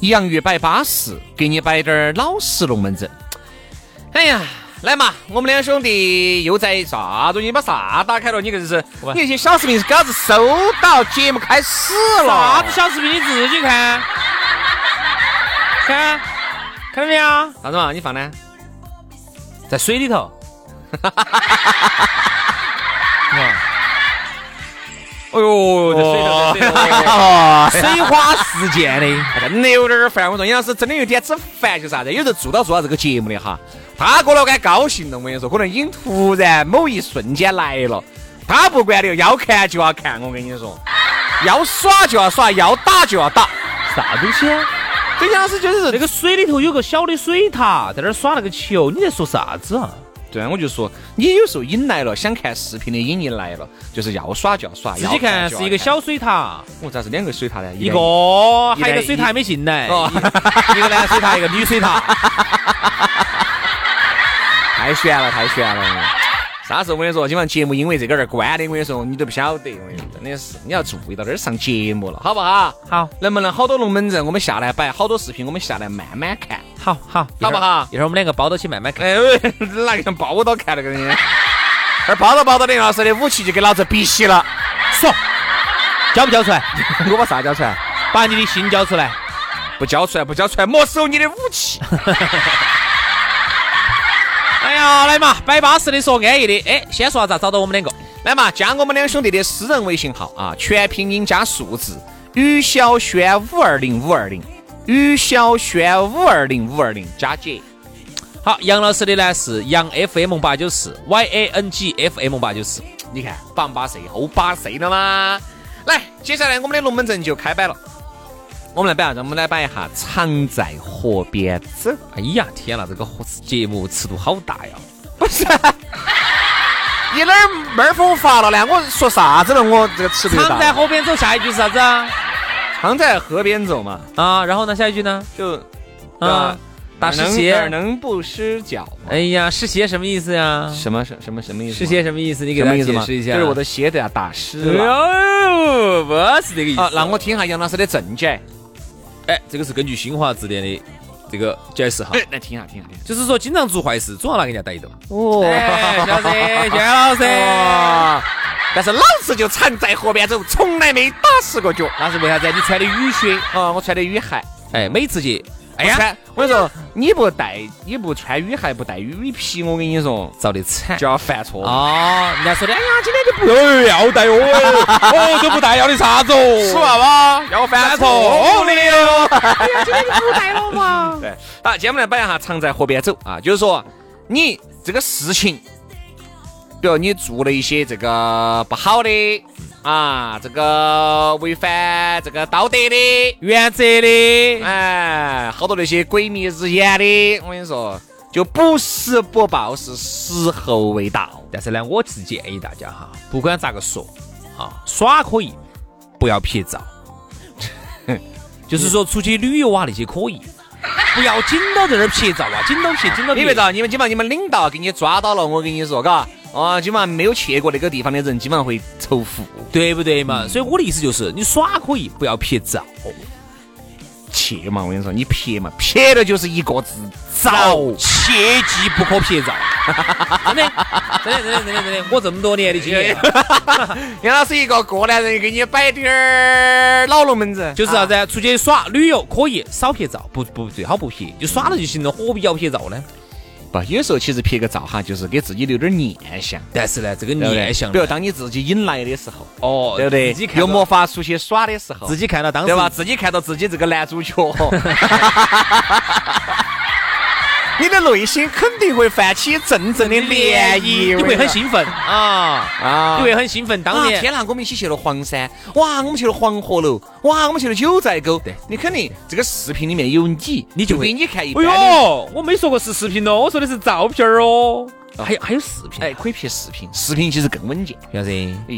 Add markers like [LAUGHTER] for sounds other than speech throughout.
洋芋摆巴适，给你摆点儿老实龙门阵。哎呀，来嘛，我们两兄弟又在啥子？你把啥打开了？你硬是你那些小视频是老子收到节目开始了？啥子小视频你自己看，看，看到没有？啥子嘛？你放呢？在水里 [LAUGHS] 头。哎呦，在水里 [LAUGHS] 头，在水里头水花四溅的，真的有点儿烦。我说杨老师真的有点子烦，就是啥子？有时候做到做到这个节目的哈，他哥老倌高兴了，我跟你说，可能已经突然某一瞬间来了，他不管的，要看就要看，我跟你 [LAUGHS] 说，要耍就要耍，要打就要打，啥东西、啊？这杨老师就是那个水里头有个小的水塔，在那儿耍那个球，你在说啥子啊？对啊，我就说你有时候瘾来了，想看视频的瘾一来了，就是要耍就要耍。自己看是一个小，水塔，我咋是两个水塔呢？一个，一还有一个水塔还没进来，哦一一个男水塔，一个女水塔。太悬了，太悬了。啥时候我跟你说，今晚节目因为这个而关的，我跟你说你都不晓得，我跟你说真的是你要注意到这儿上节目了，好不好？好，能不能好多龙门阵我们下来摆，好多视频我们下来慢慢看。好好，好不好一会儿我们两个抱到起慢慢看。哎，喂，哪个像抱到看那个人？ [LAUGHS] 这抱到抱到的老师的武器就给老子逼起了， [LAUGHS] 说，交不交出来？我把啥交出来？把你的心交出来。不交出来，不交出来，没收你的武器。哎呀，来嘛，摆巴适的说安逸的。哎，先说下咋找到我们两个？来嘛，加我们两兄弟的私人微信号啊，全拼音加数字，于小轩五二零五二零，于小轩五二零五二零加姐。好，杨老师的呢是杨 FM 八九四，Y A N G F M 八九四。你看，棒巴谁后巴谁了吗？来，接下来我们的龙门阵就开摆了。我们来摆啥子？我们来摆一下常在河边走。哎呀，天呐，这个节目尺度好大呀！不是，你哪儿妹儿风发了呢？我说啥子了？我这个尺度常在大。河边走，下一句是啥子啊？常在河边走嘛，啊，然后呢，下一句呢？就啊，打湿哪儿鞋。能不湿脚嘛？哎呀，湿鞋什么意思呀？什么什什么什么意思？湿鞋什么意思？你给什大么意家思解嘛？释一下。就是我的鞋底啊打湿哎了。呦，不是这个意思。啊，让我听一下杨老师的正解。哎，这个是根据新华字典的这个解释哈，哎，来听一下，听一下，听一下。就是说经常做坏事，总要拿人家逮到。哦哎，薛老师，薛老 [LAUGHS] 师，哦 [LAUGHS] 但是老子就常在河边走，从来没打湿过脚。那是为啥子？你穿的雨靴，啊，我穿的雨鞋。哎，每次去，哎哎呀，呀，我跟你说，你不带，你不穿雨鞋，不带雨披，我跟你说遭得惨。就要犯错。哎哦，人家说的，哎呀，今天就不要带我，哦，都不带要的啥子 [LAUGHS] 是哦？娃娃要犯错误的 [LAUGHS] 哟。嘛， [LAUGHS] 对，好，接下来摆一下常在河边走啊，就是说你这个事情，比如你做了一些这个不好的啊，这个违反这个道德的，原则的，哎，好多那些鬼迷日眼的，我跟你说，就不时不报，是时候未到。但是呢，我是建议大家哈，不管咋个说，啊，耍可以，不要拍照。 [LAUGHS] 就是说出去旅游啊那些可以，不要紧到在那儿拍照 [LAUGHS] 啊，紧到拍，紧到你别着，你们今晚你们领导给你抓到了，我跟你说，嘎，啊，今晚没有去过那个地方的人，今晚会仇富。嗯对不对嘛？所以我的意思就是，你耍可以，不要拍照。去嘛！我跟你说，你撇嘛，撇的就是一个字，早。切记不可撇照，哦真的，真的，真的，真的，真的，我这么多年的经验，啊 [LAUGHS] 杨老师一个过来人，给你摆点儿老龙门阵，就是啥啊子？出去耍旅游可以少撇照，不不最好不撇，就耍了就行了，何必要撇照呢？不，有时候其实拍个照哈，就是给自己留点儿念想，但是呢，这个对不对念想呢，比如当你自己引来的时候，哦，对不对自己？看又到没法出去耍的时候，自己看到当时对吧？自己看到自己这个男主 [LAUGHS] 角，你的内心肯定会泛起阵阵的涟你漪，会很兴奋啊，啊！你会很兴奋。当啊年天呐，我们一起去了黄山，哇，我们去了黄河楼，哇，我们去了九寨沟。对你肯定这个视频里面有你，你就会比你看一哎般的，呦，我没说过是视频哦，我说的是照片儿哦。还有还有视频，哎，，可以拍视频，视频其实更稳健。杨生，哎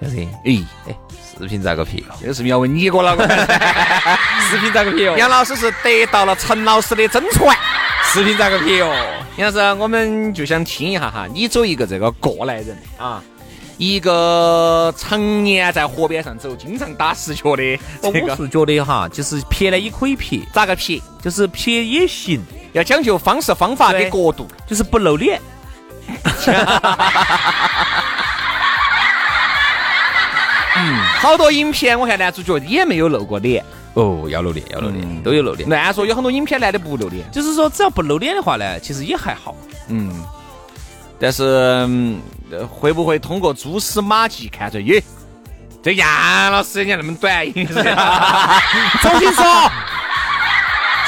杨生，哎，哎，视频咋个撇哦？这个视频要问你哥了， [LAUGHS] 视频咋个撇哦？杨老师是得到了陈老师的真传。视频咋个撇哦？杨老师，我们就想听一下哈，你作为一个这个过来人啊。一个常年在河边上走，经常打石脚的哦这我个，是觉得哈，就是撇呢也可以撇，咋个撇？就是撇也行，要讲究方式方法对跟角度。就是不露脸。好多影片我看男主角也没有露过脸，哦，要露脸，要露脸，都有露脸。乱说有很多影片男的不露脸。就是说，只要不露脸的话呢，其实也还好。嗯，但是、嗯呃会不会通过蛛丝马迹看出，耶，这杨老师人家那么短，硬是 [LAUGHS] 重新说。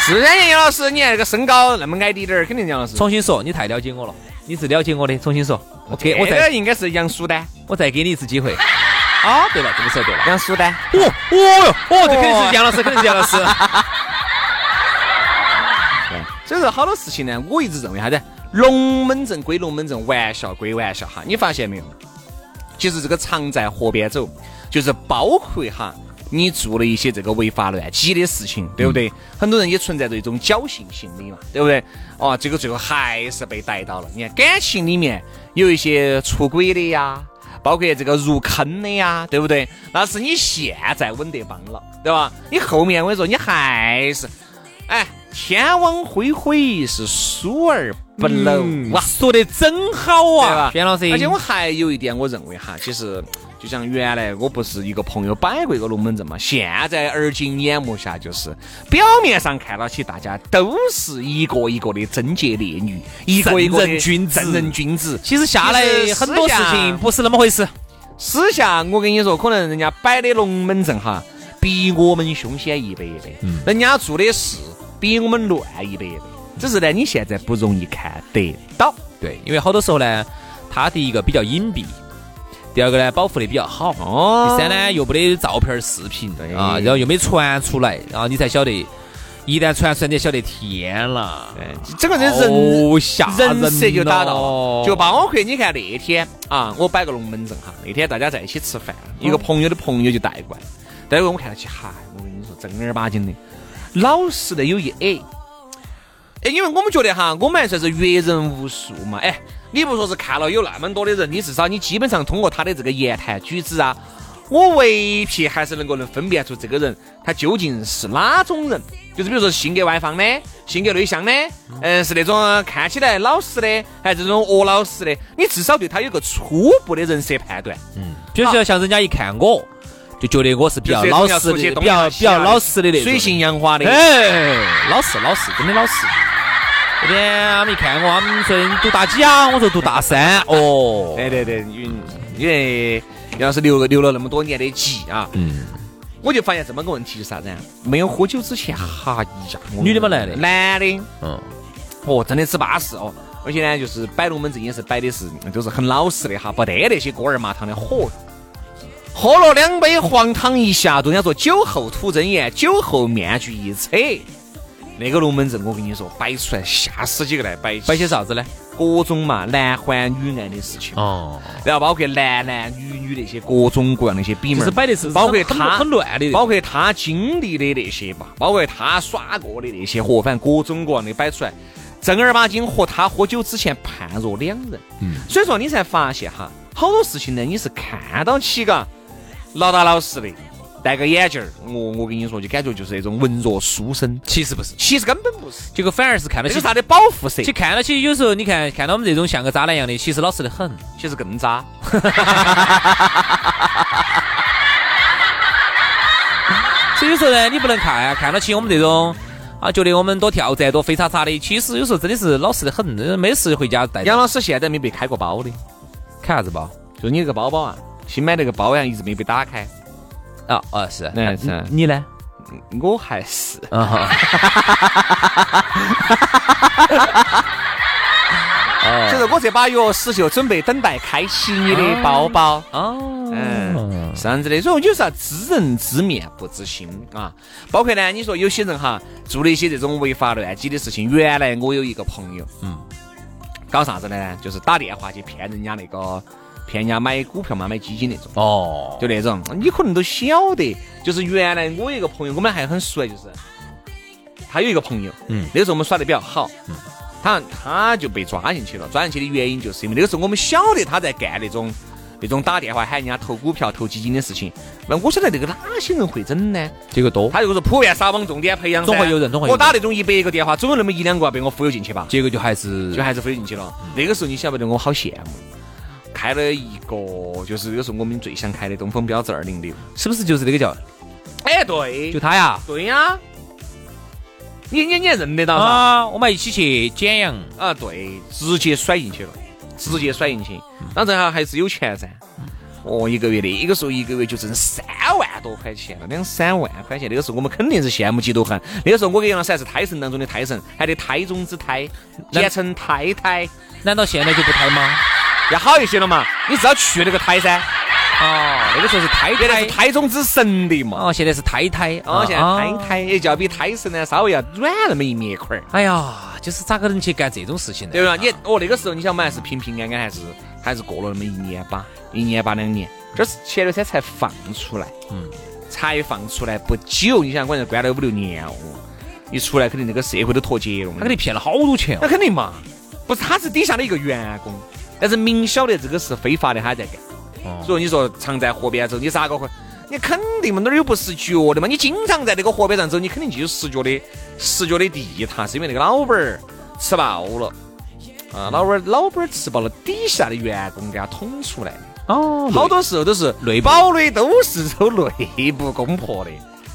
自然啊杨老师，你看那个身高那么矮滴点儿，肯定杨老师。重新说，你太了解我了，你是了解我的。重新说，我给我这再个应该是杨苏丹，我再给你一次机会。啊，对了，这个时候对了。杨苏丹。哦哦哟，哦，这肯定是杨老师，肯定是杨老师。所以说好多事情呢，我一直认为啥子，龙门阵归龙门阵，玩笑归玩笑哈。你发现没有？其实这个常在河边走，就是包括哈，你做了一些这个违法乱纪的事情，对不嗯对？很多人也存在着一种侥幸心理嘛，对不对？哦，这个最后还是被逮到了。你看感情里面有一些出轨的呀。包括这个入坑的呀，对不对？那是你现在稳得帮了，对吧？你后面我跟你说，你还是哎，天网恢恢，是疏而不漏、啊哇，嗯说的真好对吧啊，？轩老师。而且我还有一点，我认为哈，其实就像原来我不是一个朋友摆过一个龙门阵嘛，现在耳今眼目下就是表面上看到起大家都是一个一个的贞洁烈女，一个一个的正人君子正人君子。其实下来其实很多私事下情不是那么回事。私下我跟你说，可能人家摆的龙门阵哈，比我们凶险一百倍，人家做的事比我们乱一百倍，只是呢，你现在不容易看得到。对，因为好多时候呢，他第一个比较隐蔽，第二个呢保护的比较好，哦哎第三呢又没得照片儿、视频对啊，然后又没传出来，然后你才晓得，一旦传出来，你才晓得天啦，整个这人哦吓人哦人设就打到了了，就包括你看那天啊，我摆个龙门阵哈，那天大家在一起吃饭，一嗯个朋友的朋友就带过来，带过来我看到起，嗨，我跟你说正儿八经的，老实的有一哎，哎，因为我们觉得哈，我们还算是阅人无数嘛，哎，你不说是看了有那么多的人，你至少你基本上通过他的这个言谈举止啊，我唯皮还是能够能分辨出这个人他究竟是哪种人，就是比如说性格外放的，性格内向的，嗯、是那种看起来老实的，还是这种恶老实的，你至少对他有个初步的人设判断。比如说像人家一看我，就觉得我是比较就是老要实出去的，东比较拿比西拿啊较的老实的那种水的性杨花的，哎，老实老实，真的老实。这边他们一看我，他们说你读大几啊？我说读大三。哦，对对对，因为因为要是留留了那么多年的级啊，嗯，我就发现这么个问题是啥子啊？没有喝酒之前，哈呀，我女的嘛男的男的，嗯，哦，真的是巴适哦。而且呢，就是摆龙门阵也是摆的是，就是很老实的哈，不得那些锅儿麻汤的喝。喝了两杯黄汤一下肚，人家说酒后吐真言，酒后面具一扯，那个龙门阵我跟你说，摆出来吓死几个来摆摆些啥子呢？各种嘛男欢女爱的事情，哦，然后包括男男女女那些各种各样的一些比门儿，就是摆的是包括很他很乱的，包括他经历的那些吧，包括他耍过的那些货，反正各种各样的摆出来，正儿八经和他喝酒之前判若两人。嗯，所以说你才发现哈，好多事情呢，你是看到起嘎，老打老实的，戴个眼镜儿，我我跟你说，就感觉就是那种文弱书生，其实不是，其实根本不是，结果反而是看得这起是他的保护色其，实看到起有时候你看看到我们这种像个渣男一样的，其实老实的很。其实更渣。所以有时候呢，你不能看啊，看到起我们这种啊，觉得我们多挑战、多飞叉叉的，其实有时候真的是老实的很，呃没事回家带杨老师现在没被开过包的，看啥子包就是你那个包包啊，新买那个包呀，一直没被打开。啊啊是，那是你呢？我还是啊哈，就是我这把钥匙就准备等待开启你的包包。哦，嗯，是这样子的，所以有啥知人知面不知心啊？包括呢，你说有些人哈做了一些这种违法乱纪的事情。原来我有一个朋友，嗯，搞啥子呢？就是打电话去骗人家那个骗人家买股票嘛，买基金那种。哦，就那种，你可能都晓得，就是原来我有一个朋友，我们还很熟，啊就是他有一个朋友，嗯，那个时候我们耍得比较好，嗯，他他就被抓进去了，抓进去的原因就是因为那个时候我们晓得他在干那种那种打电话喊人家投股票、投基金的事情，那我晓得那个哪些人会整呢？这个多，他就是普遍撒网重点培养噻，总会有人总会有人我打那种一百个电话，总有那么一两个被我忽悠进去吧，结果就还是嗯就还是飞进去了。那个时候你晓不得我好羡慕，开了一个就是那个时候我们最想开的东风标致二零六。是不是就是那个叫哎，对，就他呀？对呀、你你你还认得到噻？啊，我们一起去简阳，啊，对，直接甩进去了，直接甩进去。嗯当然哈，还是有钱噻。哦，一个月那个时候一个月就挣三万多块钱了，两三万块钱。那个时候我们肯定是羡慕嫉妒恨。那个时候我跟杨老师还是胎神当中的胎神，还得胎中之胎，那简称胎胎，难道现在就不胎吗？要好一些了嘛。你至少去那个胎噻，哦，那个时候是胎原来是胎，胎中之神的嘛。哦，现在是胎胎，哦，现在啊胎胎也就要比胎神呢稍微要软那么一面块儿。哎呀，就是咋个能去干这种事情呢？对吧？你哦，那个时候你想嘛，还是平平安安，还是还是过了那么一年吧，一年吧两年，这是前段时间才放出来，嗯，才放出来不久，你想关键关了五六年哦，一出来肯定那个社会都脱节了，他给你骗了好多钱哦那。肯定嘛，不是他是底下的一个员工，但是明晓得这个是非法的，他还在干，所以你说常在河边走，你咋个会？你肯定嘛，哪儿有不识脚的嘛？你经常在那个河边上走，你肯定就有识脚的识脚的地踏，是因为那个老板儿吃爆了。啊，老板儿老板儿吃爆了，底下的员工给他捅出来，哦好多时候都是内部保的都是走内部攻破的，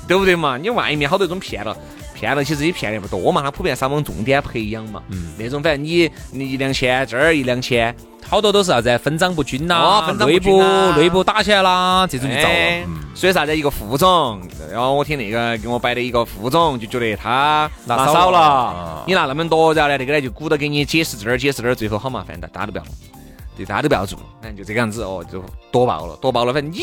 对不对嘛？你外面好多这种骗了，骗了其实也骗的不多嘛，他普遍撒网重点培养嘛，嗯，那种反正你你一两千，这儿一两千，好多都是啥子分赃不均哦啦，分赃不内均部啊内部打起来啦，这种就遭哎了。嗯所以啥子一个副总，然后我听那个给我摆的一个副总就觉得他拿少了，你拿那么多，然后呢，那个呢就鼓捣给你解释这儿解释那儿，最后好麻烦的，大家都不要，对，大家都不要做，反正就这个样子哦，就多报了，多报了，反正你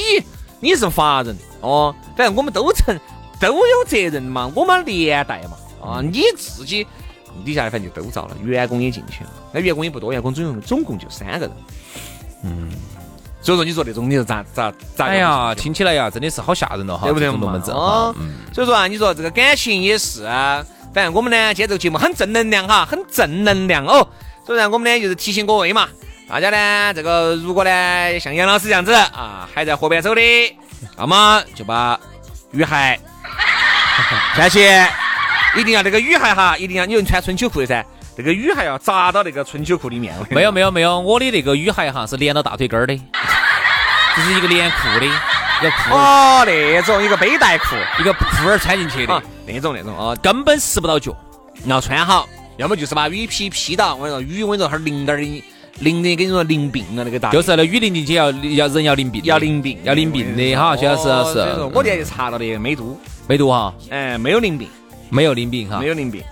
你是法人哦，反正我们都承都有责任嘛，我们连带嘛，啊，嗯你自己。底下反正就都遭了，员工也进去了，那员工也不多，员工总共总共就三个人。嗯，所以说你说那种你是咋咋咋？哎呀，听起来呀，真的是好吓人了哈，对不对这种嘛？龙门阵哦哈。嗯，所以说啊，你说这个感情也是啊，反正我们呢，今天这个节目很正能量哈，很正能量哦。所以呢，我们呢就是提醒各位嘛，大家呢这个如果呢像杨老师这样子啊，还在河边走的，那么就把雨鞋穿起，一定要这个雨鞋哈，一定要你就穿春秋裤的噻，这个雨鞋要扎到那个春秋裤里面。我跟你没有没有没有，我的那个雨鞋哈是连到大腿根儿的， [LAUGHS] 这是一个连裤的，要说裤哦，那种一个背带裤一个裤儿穿进去啊的，，那种那种哦，根本湿不到脚。你要啊穿好，要么就是把雨披披到。我跟你说，雨我跟你说，哈儿淋点儿的，淋的跟你说淋病了那个大。就是那雨淋进去要要人要淋病的，哎要淋病，要淋病的哈，哦徐老师所以是啊嗯说。我那天就查了的，没毒，没毒哈，哎，没有淋病，没有淋病哈没，有淋病，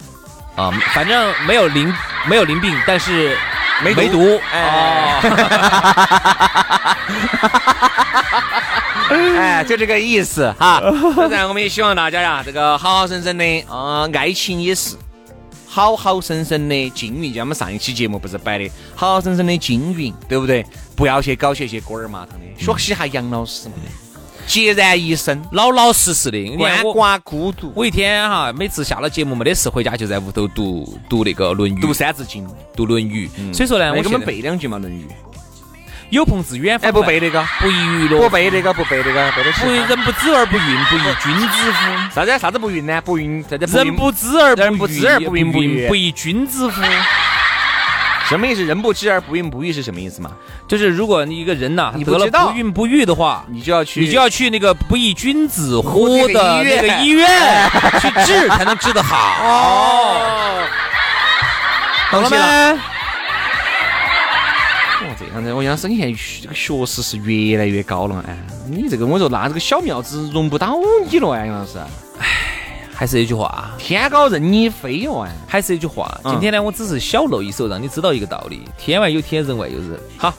啊，反正没有淋没有淋病，但是没毒没毒哎哦，哎，就这个意思 [LAUGHS] 哈。当然，我们也希望大家呀，这个好好生生的啊，爱情也是。好好生生的经营，就像我们上一期节目不是摆的，好好生生的经营，对不对？不要去搞些些锅儿麻汤的，学习下杨老师嘛，孑然一身，老老实实的。你看鳏嗯我寡孤独，我一天哈，每次下了节目没得事，回家就在屋头读读那个《论语》，读《三字经》。嗯读《论语》所以说呢，那我哎给我现们在背两句嘛，《论语》。有朋自远方哎，不来背那个，不亦娱乐不，背那个，不背那个，背得起不。人不知而不愠， [LAUGHS] 不亦君子乎？啥子啥子不孕呢？不孕啥子人不知而人不不愠知而不愠不不愠不亦君子乎？什么意思？人不知而不孕不育是什么意思嘛？就是如果你一个人呐、你不得了知道不孕不育的话，你就要去，你就要去那个不亦君子乎那的个医那院个医院去治，才能治得好。哦懂了谢了吗？哦，这样子，我想说，你看学这个学识是越来越高了，哎，你这个我说那这个小庙子容不到你了，哎，杨老师，还是那句话啊，天高任你飞哟，哎，还是那句话，嗯今天呢，我只是小露一手，让你知道一个道理：天外有天，人外有人。好，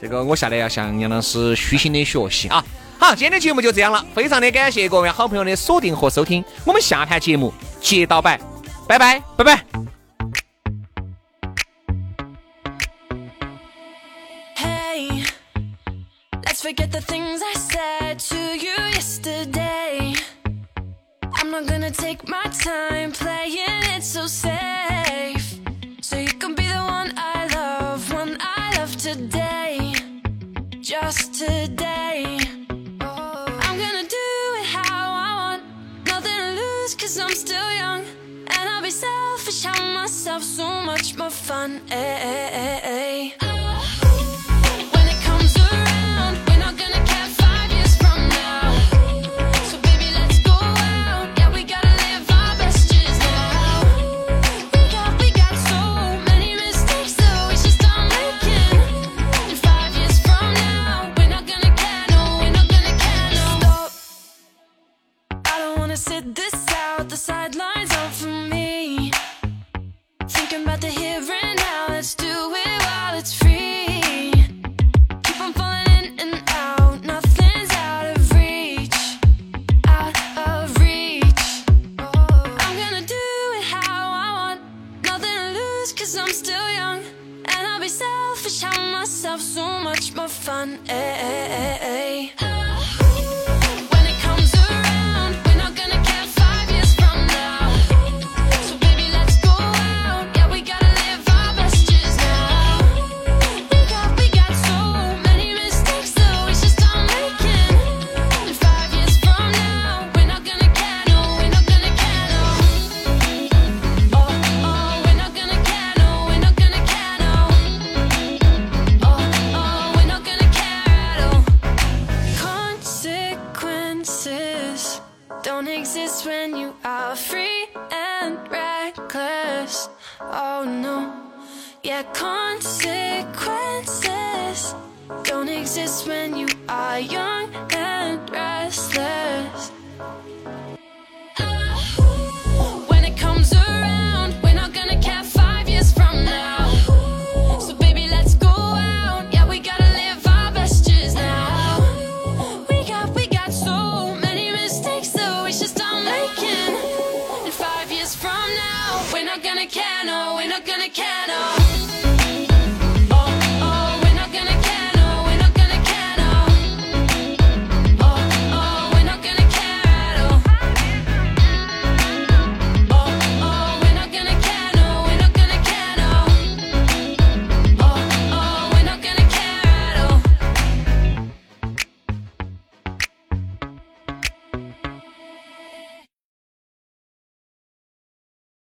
这个我下来要向杨老师虚心的学习啊。好，今天的节目就这样了，非常的感谢各位好朋友的锁定和收听，我们下盘节目接到摆，拜拜，拜拜。 Hey, let's forget the things I said to you yesterday. I'm not gonna take my time playing it so safe. So you can be the one I love, one I love today. Just today. Oh, I'm gonna do it how I want. Nothing to lose, cause I'm still young. And I'll be selfish, have myself so much more fun. Ay, ay, ay, ay. When it comes around, we're not gonna care five years from now. So baby, let's go out. Yeah, we gotta live our best years now. Yeah, we got so many mistakes that we should start making. And five years from now, we're not gonna care, no, we're not gonna care, no. Stop. I don't wanna sit this out. The sidelines aren't for me. Thinking about the here and now, let's do it while it's free. Keep on falling in and out, nothing's out of reach. Out of reach. Oh, I'm gonna do it how I want, nothing to lose, cause I'm still young. And I'll be selfish, have myself so much more fun. eh, Ay, ay, ay, ay. eh. When it comes around, we're not gonna care five years from now. So baby, let's go out. Yeah, we gotta live our best years now. Yeah, we got so many mistakes that we should start making. And five years from now, we're not gonna care, no, we're not gonna care, no. Oh, oh, we're not gonna care, no, we're not gonna care, no. Oh, oh, we're not gonna care at all. Consequences don't exist when you are free and reckless. Oh no. Yeah, consequences don't exist when you are young and restless. When it comes around, we're not gonna care five years from now. So baby, let's go out. Yeah, we gotta live our best years now. We got, we got so many mistakes that we should start making. And five years from now, we're not gonna care, no, Oh, we're not gonna care, no. Oh, Oh, oh.